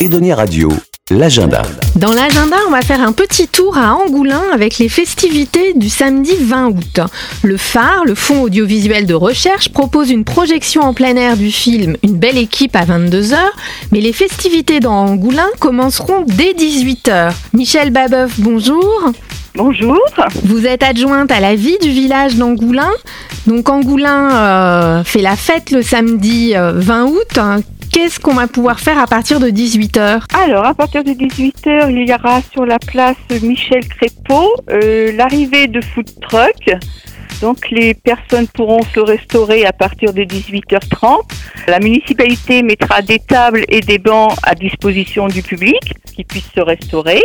Edonia Radio, l'agenda. Dans l'agenda, on va faire un petit tour à Angoulins avec les festivités du samedi 20 août. Le phare, le Fonds audiovisuel de recherche, propose une projection en plein air du film Une belle équipe à 22h, mais les festivités dans Angoulins commenceront dès 18h. Michel Babeuf, bonjour. Bonjour. Vous êtes adjointe à la vie du village d'Angoulins. Donc Angoulins euh, fait la fête le samedi euh, 20 août. Qu'est-ce qu'on va pouvoir faire à partir de 18h Alors, à partir de 18h, il y aura sur la place Michel Crépeau euh, l'arrivée de food truck. Donc, les personnes pourront se restaurer à partir de 18h30. La municipalité mettra des tables et des bancs à disposition du public qui puisse se restaurer.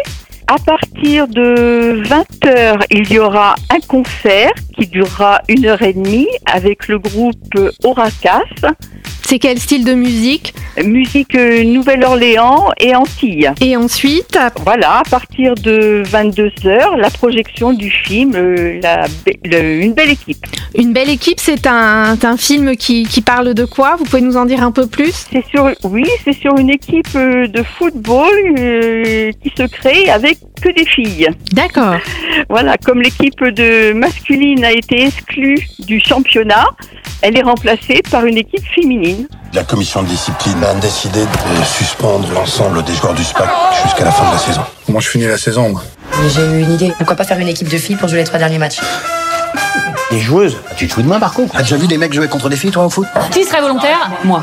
À partir de 20h, il y aura un concert qui durera une heure et demie avec le groupe Oracas, C'est quel style de musique musique euh, Nouvelle-Orléans et Antilles. Et ensuite, Voilà, à partir de 22h, la projection du film euh, La Be- le- Une belle équipe. Une belle équipe, c'est un, un film qui, qui parle de quoi Vous pouvez nous en dire un peu plus C'est sur, oui, c'est sur une équipe euh, de football euh, qui se crée avec que des filles. D'accord. Voilà, comme l'équipe de masculine a été exclue du championnat, elle est remplacée par une équipe féminine. La commission de discipline a décidé de suspendre l'ensemble des joueurs du SPAC jusqu'à la fin de la saison. Moi, je finis la saison. moi. Mais J'ai eu une idée. Pourquoi pas faire une équipe de filles pour jouer les trois derniers matchs Les joueuses, tu te fous de moi par contre. T'as déjà vu des mecs jouer contre des filles, toi, au foot Qui serait volontaire Moi.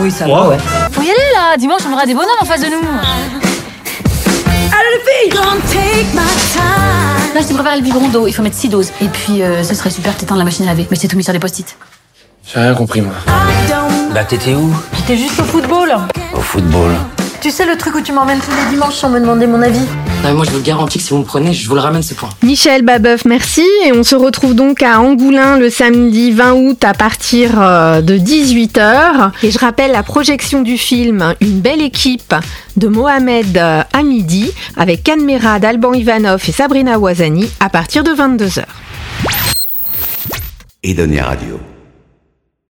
Oui, ça va, ouais. Faut y aller là, dimanche on aura des bonhommes en face de nous. Là, je te prépare le biberon d'eau, il faut mettre 6 doses. Et puis, euh, ce serait super t'éteindre la machine à laver, mais c'est tout mis sur des post-it. J'ai rien compris moi. Bah t'étais où J'étais juste au football. Au football. Tu sais le truc où tu m'emmènes tous les dimanches sans me demander mon avis Non, mais moi, je vous le garantis que si vous me prenez, je vous le ramène ce point. Michel Babeuf, merci. Et on se retrouve donc à Angoulins le samedi 20 août à partir euh, de 18h. Et je rappelle la projection du film Une belle équipe de Mohamed euh, Hamidi avec Canmera d'Alban Ivanov et Sabrina Ouazani à partir de 22h. Edonia Radio.